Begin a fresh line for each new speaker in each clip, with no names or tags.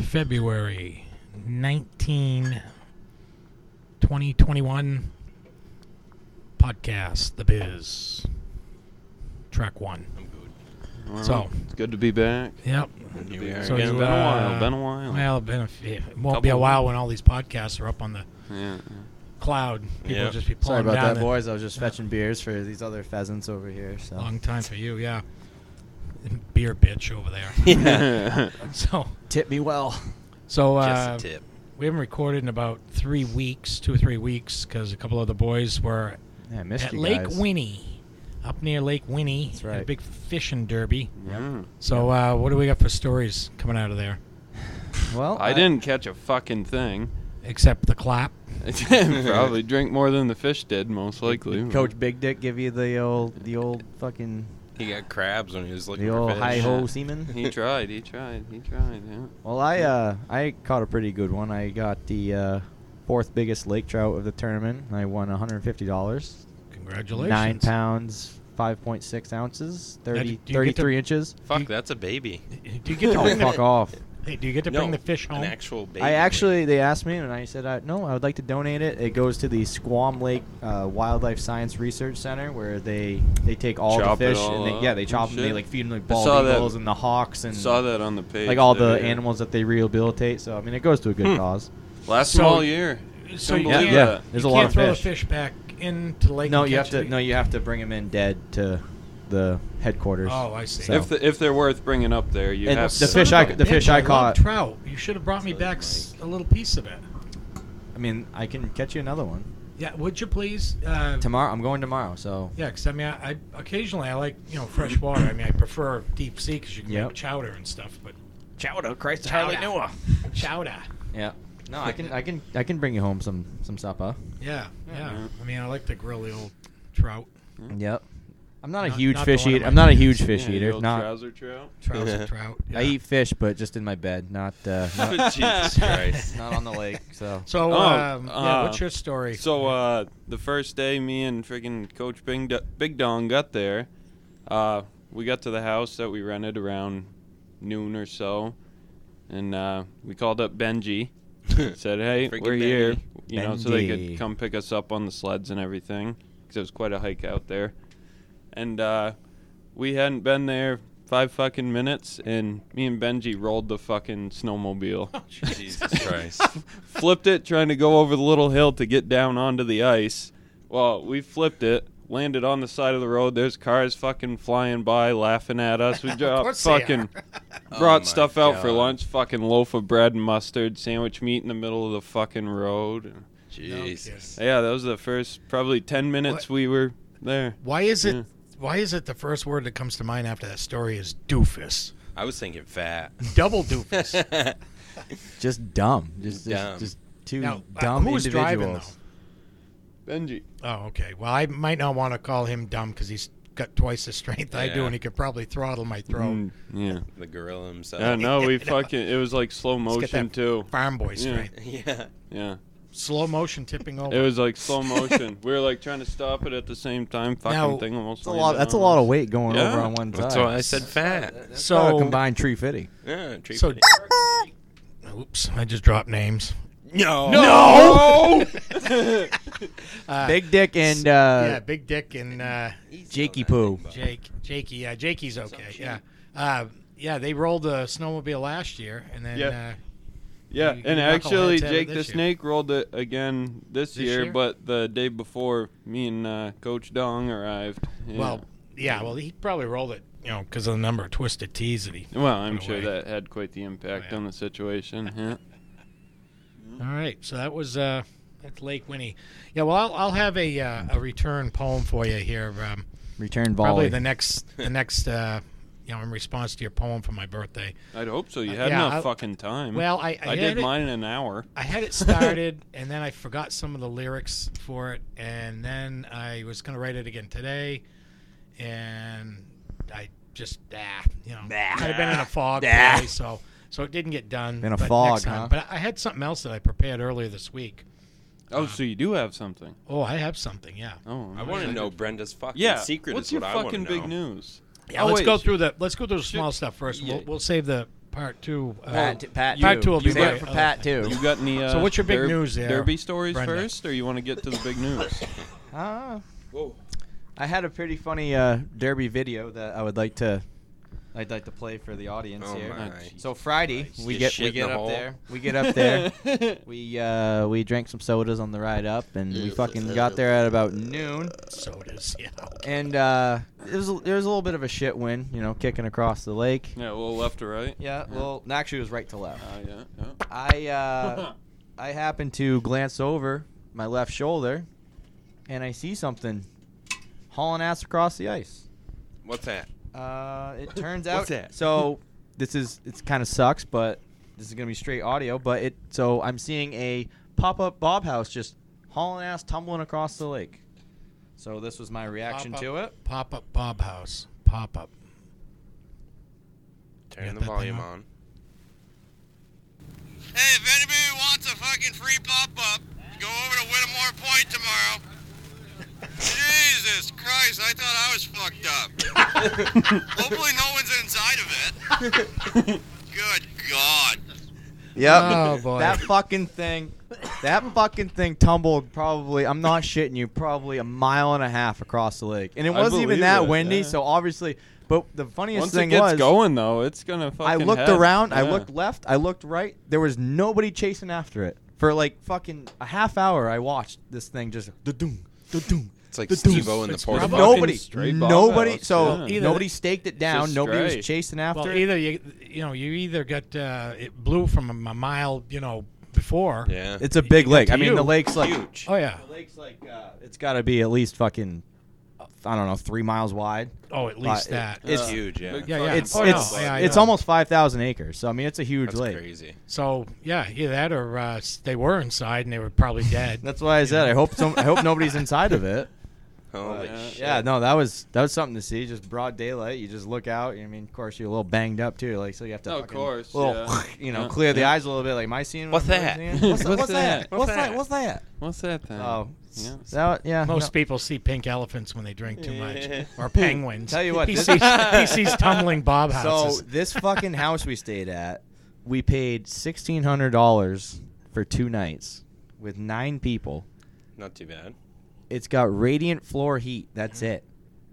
February 19, 2021 podcast, The Biz, track one.
I'm good.
Well,
So-
it's good to be back.
Yep.
Good to
Good to
be here
So
again.
you,
been a
uh,
while. Been a while.
Well, been a f- it won't be a
Couple-
while when all these podcasts are up on the
yeah.
cloud. People
Yep.
just be pulling
Sorry about
down
that,
the-
boys. I was just
Yeah.
fetching beers for these other pheasants over here. So
Long time for you, yeah. Beer bitch over there.
yeah.
so,
tip me well.
so uh,
Just a tip.
we haven't recorded in about three weeks, two or three weeks, because a couple of the boys were
Yeah, I missed
at
you
Lake
guys.
Winnie, up near Lake Winnie. at
That's
A
right.
big fishing derby.
Yeah.
So, uh, what do we got for stories coming out of there?
Well,
I didn't catch a fucking thing.
Except the clap.
Probably drink more than the fish did, most likely.
Coach Big Dick give you the old, the old fucking,
He got crabs when he was looking
the
for
old
fish.
hi ho seaman.
He tried. He tried. He tried. Yeah.
Well, I uh, I caught a pretty good one. I got the uh, fourth biggest lake trout of the tournament. I won 150 dollars.
Congratulations.
Nine pounds, 5.6 ounces,
Now,
30,
do you get to-
33 inches.
Fuck, that's a baby.
Do you get to
Oh,
bring the,
fuck off.
Hey, do you get to
no,
bring the fish home?
An actual baby.
I actually, they asked me, and I said, uh, no, I would like to donate it. It goes to the Squam Lake uh, Wildlife Science Research Center, where they they take all
Chop it
the fish
all
and they, yeah,
up
they
and
chop them. They
shit.
like feed them like
I
bald
saw that-
eagles and the hawks and
Saw that on the page.
like all the
there, yeah.
animals that they rehabilitate. So I mean, it goes to a good
Hmm.
cause.
Last
So-
small year.
so you
Couldn't believe
can't-
Yeah,
that.
there's
you
a lot
can't
of
throw the
fish.
fish back into the lake.
no,
and
you have
catch
to
it.
no, you have to bring them in dead to the headquarters.
Oh, I see.
So-
If the, if they're worth bringing up there, you
And
have
the
to-
fish I- the
Bitch,
fish I
love
caught-
trout. You should have brought me back s- a little piece of it.
I mean, I can catch you another one
Yeah, would you please? Uh,
tomorrow. I'm going tomorrow, so
Yeah, because I mean, I, I occasionally I like you know fresh water. I mean, I prefer deep sea because you can
Yep.
make chowder and stuff. But
chowder, Christ,
chowder.
Yeah, no, I can, I can, I can bring you home some some supper.
Yeah, yeah.
Yeah.
I mean, I like to grill the old trout.
Mm-hmm.
Yep. I'm not,
Not-
a huge
not the
fish
one in
eater.
my
I'm not a
pants.
huge fish
Yeah, the
eater.
old
Not
trouser trout.
Trout, trout.
I
yeah.
eat fish, but just in my bed, not uh, not,
Jesus Christ.
not on the lake. So
So,
Oh,
um, yeah,
uh,
what's your story?
So uh, the first day, me and friggin' Coach Bing Do- Big Dong got there. Uh, we got to the house that we rented around noon or so, and uh, we called up Benji. Said, "Hey,
Friggin'
we're here,"
Benji.
you know, so they could
Benji.
come pick us up on the sleds and everything, because it was quite a hike out there. And uh, we hadn't been there five fucking minutes, and me and Benji rolled the fucking snowmobile
Jesus Christ.
flipped it trying to go over the little hill to get down onto the ice. Well, we flipped it, landed on the side of the road. There's cars fucking flying by, laughing at us. We dropped
course they are.
fucking
Oh
brought
my
stuff out for
God.
lunch. Fucking loaf of bread and mustard, sandwich meat in the middle of the fucking road.
No
Jesus.
kidding.
Yeah, that was the first probably ten minutes we were there.
Why is it?
Yeah.
Why is it the first word that comes to mind after that story is doofus?
I was thinking fat.
Double doofus.
just dumb, just just,
Dumb.
just two
now, uh,
dumb
who was driving
individuals.
though?
Benji.
Oh, okay. Well, I might not want to call him dumb because he's got twice the strength I do,
Yeah.
and he could probably throttle my throat.
Mm, yeah.
the gorilla himself.
Yeah, no, we fucking. It was like slow
Let's get
motion
that
too.
Farm boy
Yeah.
strength.
Yeah.
Yeah.
Slow motion tipping over.
It was like slow motion. we were like trying to stop it at the same time. Fucking
Now-
thing almost.
That's a lot. That's a lot of weight going
Yeah.
over on one side.
That's why I said fat.
so
so
combined tree fitting.
Yeah, tree
so.
fat.
Oops! I just dropped names.
no.
No.
Uh,
Big Dick and
yeah,
uh,
Big Dick and uh,
Jakey Poo.
Jake. Jakey, yeah, Jakey's okay. Yeah, uh, yeah. They rolled a snowmobile last year, and then
Yeah.
uh,
yeah,
You- you
and
knuckleheads
actually,
had it
Jake
this
the
year.
Snake rolled it again this,
This
year,
year?
but the day before, me and uh, Coach Dong arrived. Yeah.
well, yeah, well, he probably rolled it, you know, because of the number of twisted tees that he.
well, I'm
put
sure
away.
that had quite the
Oh,
impact
yeah.
on the situation. Yeah. Mm-hmm.
All right, so that was uh, that's Lake Winnie. Yeah, well, I'll, I'll have a uh, a return poem for you here. Um,
Return
probably
volley.
the next the next uh, you know in response to your poem for my birthday.
I'd hope so. You
Uh,
had
yeah,
enough
I-
fucking time.
Well, I I,
I,
had
did
it,
mine in an hour.
I had it started and then I forgot some of the lyrics for it and then I was gonna write it again today and I just ah you know kind of been in a fog today, so so it didn't get done
In a
but
fog,
next time.
huh?
But I had something else that I prepared earlier this week.
Oh, so you do have something.
Oh, I have something. Yeah.
Oh,
I want to know Brenda's fucking
Yeah.
secret
What's
is
your
what I want to
fucking
know.
big news?
Yeah,
Oh,
let's
wait,
go
sh-
through the let's go through the small stuff first.
yeah.
We'll, we'll save the part two. Uh,
Pat, Pat,
Pat
you.
two will be
Save it
right.
for Pat too.
You got any? Uh,
So what's your big
derb-
news there,
Derby stories
Brendan?
first, or you want to get to the big news?
Ah.
Whoa.
I had a pretty funny uh, derby video that I would like to, I'd like to play for the audience
Oh
here.
my.
So Friday
Christ.
we
You
get
shit
we
in
get
the
up
hole?
there, we get up there, we uh, we drank some sodas on the ride up, and we fucking got there at about noon,
sodas. Yeah.
and uh, it was there was a little bit of a shit wind, you know, kicking across the lake.
yeah, well, left to right.
Yeah, well, actually, it was right to left.
Uh, yeah, yeah.
I uh, I happened to glance over my left shoulder, and I see something hauling ass across the ice.
What's that?
Uh, it turns out.
What's that?
So this is it's kind of sucks, but this is gonna be straight audio. But it so I'm seeing a pop up Bob house just hauling ass tumbling across the lake. So this was my reaction to it.
Pop up Bob House. Pop up. Got
Turn the
that thing
volume
on?
on.
Hey, if anybody wants a fucking free pop-up, go over to Whittemore Point tomorrow. Jesus Christ, I thought I was fucked up. Hopefully no one's inside of it. Good God.
Yep.
Oh boy.
That fucking thing. That fucking thing tumbled probably. I'm not shitting you. Probably a mile and a half across the lake, and it
I
wasn't even
believe
that
it,
windy.
yeah.
So obviously, but the funniest
Once
thing
it gets
was
going, though, it's gonna fucking.
I looked
head.
around. I
Yeah.
looked left. I looked right. There was nobody chasing after it for like fucking a half hour. I watched this thing just da-doom, da-doom,
It's like
da-doom.
Steve-O in the
It's
porta
probably-
potty.
Nobody,
Straight ball
nobody.
house,
So
yeah.
Either-
nobody staked it down.
just
Nobody
straight.
was chasing after
well,
it.
either you you know you either got uh, it blew from a m- mile you know before.
Yeah.
It's a big lake. I
to
mean,
you,
the lake's like
huge.
Oh yeah.
The lake's like uh, it's got to be at least fucking, uh, I don't know, three miles wide.
Oh, at least
Uh, it-
that.
It's
it's-
huge. Yeah.
big
yeah,
fucking
yeah.
It's
oh, no.
it's
Yeah, I
it's
know.
almost five thousand acres. So I mean, it's a huge
That's
lake.
crazy.
So yeah, either that or uh, s- they were inside and they were probably dead.
That's why I said I hope some, I hope nobody's inside of it.
Holy
Yeah.
shit.
Yeah, no, that was that was something to see. Just broad daylight. You just look out. I mean, of course, you're a little banged up too. Like, so you have to,
Of
fucking
course,
little,
yeah.
you know,
Yeah.
clear the eyes a little bit. Like, am I seeing? what
What's
I'm really
that?
seeing? What's,
What's
what's that?
that?
What's
What's
that?
that?
What's that?
What's that thing?
Oh,
Yeah.
that, yeah.
Most
no.
people see pink elephants when they drink too much,
Yeah.
or penguins.
Tell you what,
he
this-
sees, he sees tumbling bob houses.
So this fucking house we stayed at, we paid sixteen hundred dollars for two nights with nine people.
Not too bad.
It's got radiant floor heat. That's
Mm-hmm.
it.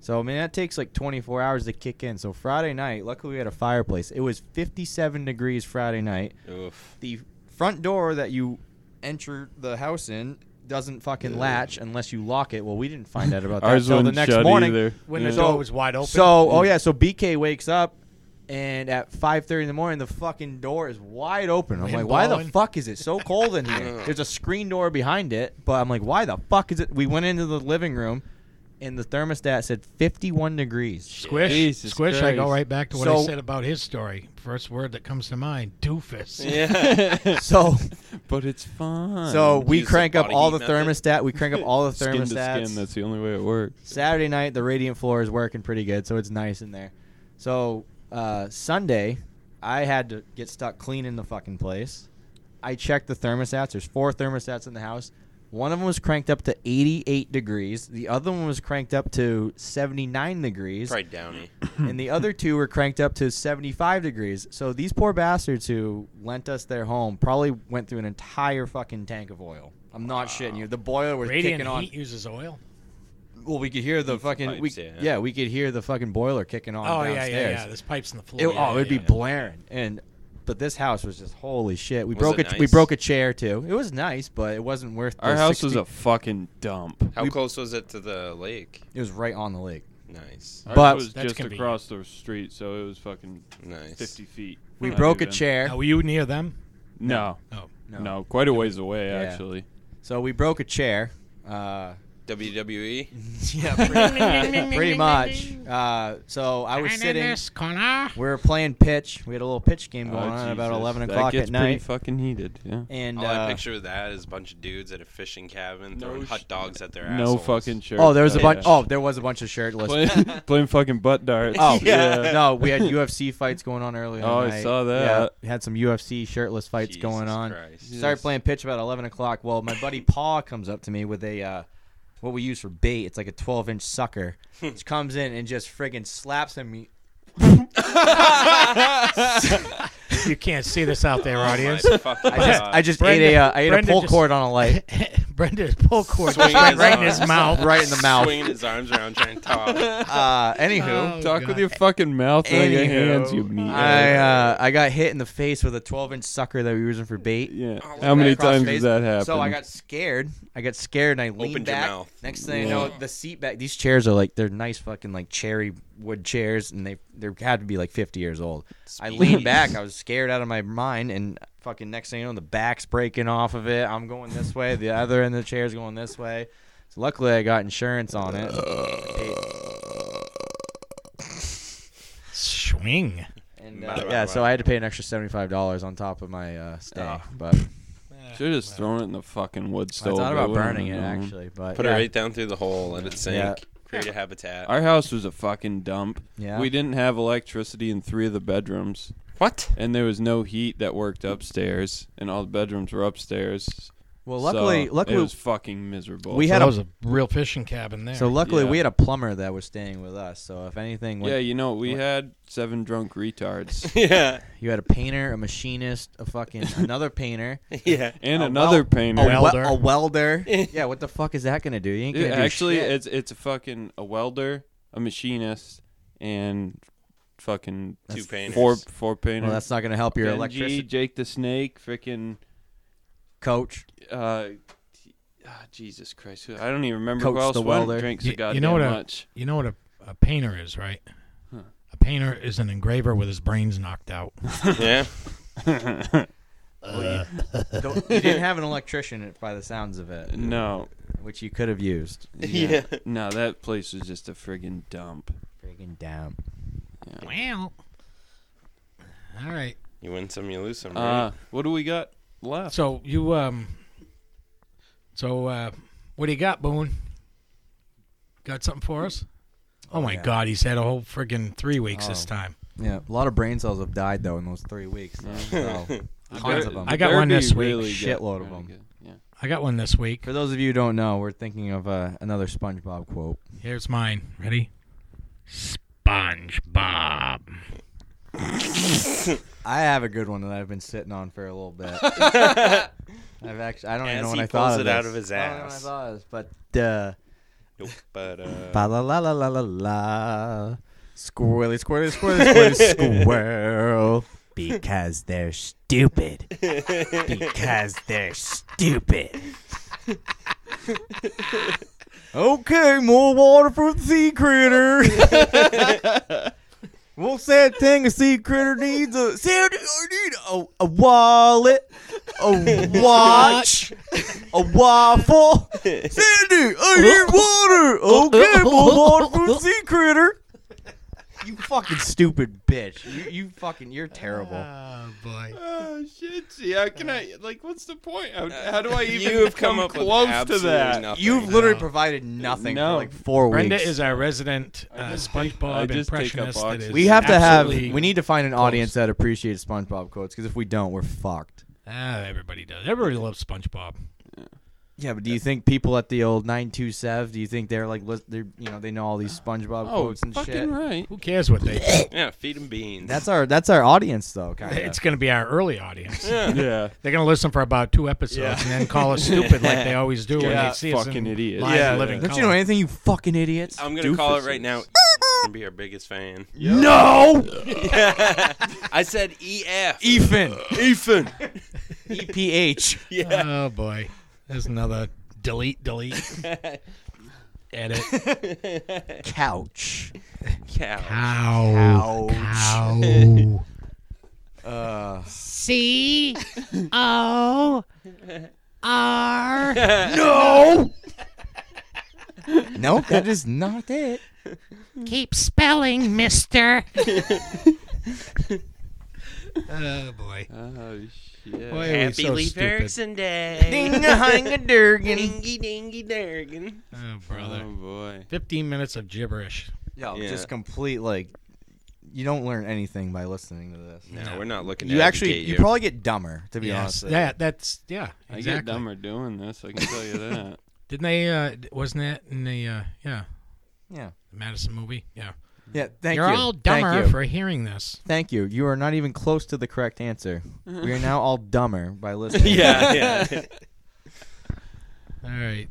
So I mean that takes like 24 hours to kick in. So Friday night, luckily we had a fireplace. It was 57 degrees Friday night.
Oof.
The front door that you enter the house in doesn't fucking latch unless you lock it. Well, we didn't find out about that
Ours
until the
wouldn't
next
shut
morning.
either.
when
yeah.
the door was wide open.
So, oh yeah, so BK wakes up, and at 5:30 in the morning, the fucking door is wide open. I'm
Wind
like, why the
blowing.
fuck is it so cold in here? There's a screen door behind it, but I'm like, why the fuck is it? We went into the living room, and the thermostat said 51 degrees.
squish,
Jesus
squish. I go
Christ.
right back to what I
So-
said about his story. First word that comes to mind: doofus.
Yeah.
So,
but it's fun.
so we
use the
crank up
body
all
heat
the
method.
thermostat. We crank up all the
skin to skin.
thermostats.
That's the only way it works.
Saturday night, the radiant floor is working pretty good, so it's nice in there. So uh, Sunday, I had to get stuck cleaning the fucking place. I checked the thermostats. There's four thermostats in the house. One of them was cranked up to 88 degrees. The other one was cranked up to 79 degrees,
Probably downy.
and the other two were cranked up to 75 degrees. So these poor bastards who lent us their home probably went through an entire fucking tank of oil. I'm not shitting you. The boiler was
Radiant
kicking
heat
on.
uses oil.
Well, we could hear the fucking
pipes,
we,
yeah.
yeah. we could hear the fucking boiler kicking on
Oh yeah,
downstairs.
yeah, yeah. There's pipes in the floor.
It,
yeah,
oh, it'd
yeah.
be blaring and but this house was just holy shit. We
Was
broke a
it
we
nice?
broke a chair too. It was nice, but it wasn't worth.
Our
the
house was
60
a fucking dump.
How
We-
close was it to the lake?
It was right on the lake.
Nice.
Ours
But-
was
That's
just
convenient.
across the street, so it was fucking
Nice.
50 feet.
We
Not
broke a
even.
chair.
Now, were you near them?
No,
Oh,
no, quite a ways away
Yeah.
actually.
So we broke a chair. Uh,
WWE.
yeah, pretty, pretty much. Uh, so I was sitting.
corner.
We were playing pitch. We had a little pitch game going
Oh,
on at about
Jesus.
11
That
o'clock
gets
at
pretty
night.
Fucking heated. Yeah.
and
All
uh,
I picture of that is a bunch of dudes at a fishing cabin
No
throwing
sh-
hot dogs at their
no
assholes.
fucking shirt.
oh, there was a
Yeah.
bunch. Oh, there was a bunch of shirtless.
playing, playing fucking butt darts.
Oh
yeah.
no, we had UFC fights going on earlier.
Oh, I
night.
saw that.
Yeah, had some UFC shirtless fights
Jesus
going on.
Christ.
Started
Yes.
playing pitch about eleven o'clock. Well, my buddy Paul comes up to me with a uh, what we use for bait. It's like a twelve inch sucker. Just comes in and just friggin' slaps him.
you can't see this out there,
Oh my
audience.
fucking
I just,
God.
I just
Brenda-
ate a uh, I ate
Brenda
a pull
just-
cord on a light
Brenda's pull cord
Swing
just went
his
right in
arms.
his mouth.
right in the mouth.
swinging his arms around trying to talk.
Uh, anywho,
Oh,
Talk
God.
with your fucking mouth and your
Anywho,
hands, you meat.
I uh, I got hit in the face with a 12 inch sucker that we were using for bait.
yeah.
Oh,
How many
Right across
times
face.
did that happen?
So I got scared. I got scared and I leaned
Opened your
back.
mouth.
Next thing I
Yeah.
know, the seat back. These chairs are like they're nice fucking like cherry wood chairs, and they they had to be like 50 years old. I leaned back. I was scared out of my mind, and fucking next thing you know, the back's breaking off of it. I'm going this way. The other end of the chair's going this way. So luckily, I got insurance on it.
Uh,
Swing.
And, uh, yeah, so I had to pay an extra seventy-five dollars on top of my uh, stay.
Oh.
But
Should have just thrown it in the fucking wood
I
stove.
thought
I
about
wouldn't
burning it
have known.
actually. But
Put
yeah.
it right down through the hole, let it sink,
Yeah.
create a habitat.
Our house was a fucking dump.
Yeah.
We didn't have electricity in three of the bedrooms,
What?
and there was no heat that worked upstairs, and all the bedrooms were upstairs.
Well, luckily,
so
luckily
it was fucking miserable.
we
So
had
that
a
was a real fishing cabin there.
so luckily
Yeah.
we had a plumber that was staying with us. So if anything,
yeah,
like,
you know, we had seven drunk retards
yeah.
you had a painter, a machinist, a fucking another painter,
Yeah.
and
a
another
wel-
painter.
a
wel-
welder,
Welder.
a welder. yeah, what the fuck is that gonna do? You ain't gonna
Dude,
do
actually,
shit.
it's it's a fucking a welder, a machinist, and fucking
Two painters.
four four painters.
well, that's not gonna help your
Benji,
electricity
Jake the Snake, freaking
coach.
uh, t- ah, Jesus Christ! who- I don't even remember
Coach
who else
the
went and
welder.
drank so
You-
goddamn
you know what a-
much.
you know what a, a painter is, right? A painter is an engraver with his brains knocked out.
yeah.
Don't- you didn't have an electrician by the sounds of it,
no,
which you could have used.
Yeah.
no, that place was just a friggin' dump.
Freaking damn.
Well. All right.
You win some, you lose some. Right?
Uh, what do we got left?
So you um. So uh, what do you got, Boone? Got something for us? Oh, my
yeah.
God, he's had a whole friggin' three weeks this
Oh.
time.
Yeah, a lot of brain cells have died though in those three weeks. So, tons of them.
I got
There'd
one
be
this week.
really good-
Shitload of
really
'em.
good, Yeah.
I got one this week.
For those of you who don't know, we're thinking of uh, another SpongeBob quote.
Here's mine. Ready? SpongeBob.
I have a good one that I've been sitting on for a little bit. I've actually I don't even
As
know when
he
I thought
pulls
of
it out
this.
of his
I don't know when I
ass.
thought of this, but uh,
Nope, but uh,
ba la la la la la la, squirrely squirrely squirrely squirrely squirrel, because they're stupid. Because they're stupid. okay, more water for the sea critter. What's that thing a sea critter needs? A, see, I need a, a wallet, a watch, a waffle. Sandy, I need water. Okay, more water for the sea critter. You fucking stupid bitch. You, you fucking, you're terrible.
Oh boy.
Oh shit! See, how can I like? What's the point? How, how do I even
you have
come,
come up with
close to
absolutely
that?
Nothing.
You've literally provided nothing
No.
for like four
Brenda
weeks.
is our resident uh,
I
SpongeBob
just take a
impressionist.
box.
That is
we have to have.
absolutely-
We need to find an audience that appreciates SpongeBob quotes because if we don't, we're fucked.
Ah, everybody does. Everybody loves SpongeBob.
Yeah, but do you think people at the old nine two seven? Do you think they're like lis- they're you know they know all these SpongeBob
Oh,
quotes and
fucking
shit?
right.
Who cares what they? think?
yeah, feed him beans.
That's our that's our audience though. Kind of.
it's going to be our early audience.
yeah.
Yeah.
They're going to listen for about two episodes and then call us stupid like they always do when
Yeah,
they see us.
fucking
in
idiots.
Live
Yeah.
and living
Don't you
color.
know anything, you fucking idiots?
I'm gonna call it right
Doofuses.
now. It's gonna be our biggest fan.
No,
I said E EF.
Ethan,
Ethan.
E P H.
Yeah.
Oh boy, there's another delete, delete, edit.
Couch.
Cow.
Cow.
Ouch.
Cow.
Uh,
C O R.
no. no, that is not it.
Keep spelling, mister. oh, boy.
Oh shit.
Boy, are we so stupid.
Day.
Ding a hang a durgan.
dingy dingy dergan.
Oh, brother.
Oh boy.
15 minutes of gibberish.
Yo,
Yeah.
just complete like you don't learn anything by listening to this.
No, we're not looking.
You
to
actually
educate
you
you.
probably get dumber to be honest.
Yes.
with you.
That, that's, yeah.
I
Exactly.
get dumber doing this. I can tell you that.
Didn't they, uh, d- wasn't that in the, uh, yeah,
Yeah.
the Madison movie? Yeah.
Yeah, thank
You're
you.
all
Thank
dumber
you.
for hearing this.
Thank you. You are not even close to the correct answer. we are now all dumber by listening.
yeah, yeah.
All right.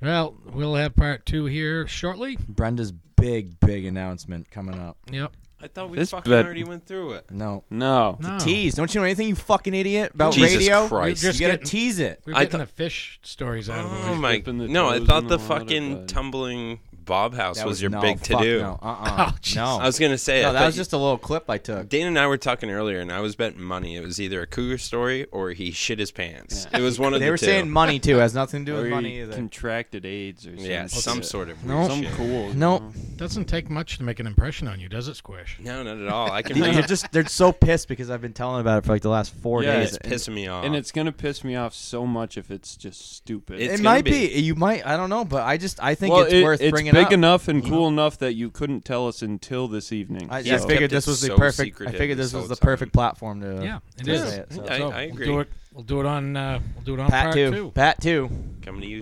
Well, we'll have part two here shortly.
Brenda's big, big announcement coming up.
Yep.
I thought we
This
fucking
bed-
already went through it.
No.
No.
No.
Tease. Don't you know anything, you fucking idiot, about
Oh. Jesus
radio?
Christ.
You're just
you gotta
getting-
tease it.
We're
I
getting the fish stories out of the
Oh
way.
my!
dipping the
No, I
toes
thought
in
the
the water,
fucking
bud.
tumbling bob house
That
was, your
no,
big to
fuck
do.
No. Uh-uh.
Oh, jeez.
no.
I was gonna say I
no, that
thought
was
you-
just a little clip I took.
Dana and I were talking earlier, and I was betting money. It was either a cougar story or he shit his pants. It was one of the
They were
two.
saying money too. Has nothing to
Or
do with
he
money either.
contracted AIDS or
yeah, some
shit.
sort of
Nope.
weird
Some
shit.
cool.
Nope.
you know.
Doesn't take much to make an impression on you, does it, Squish?
No, not at all. I can
These are
read.
just they're so pissed because I've been telling about it for like the last four
Yeah,
days.
It's pissing me off.
And it's gonna piss me off so much if it's just stupid.
It's
it
gonna
might be.
be.
You might. I don't know, but I just I think
well,
it's
it-
worth
it's
bringing
big
up.
enough and cool enough that you couldn't tell us until this evening.
I,
so-
I figured
kept
this
it
was the
so
perfect. I
secretive
figured
and
this
so
was the
tight.
perfect platform to.
Yeah, it
to
is.
say it, so.
I- I
We'll do
agree.
it. We'll do it on. Uh, we'll do it on
Pat
part
two.
two.
Pat two.
coming to you.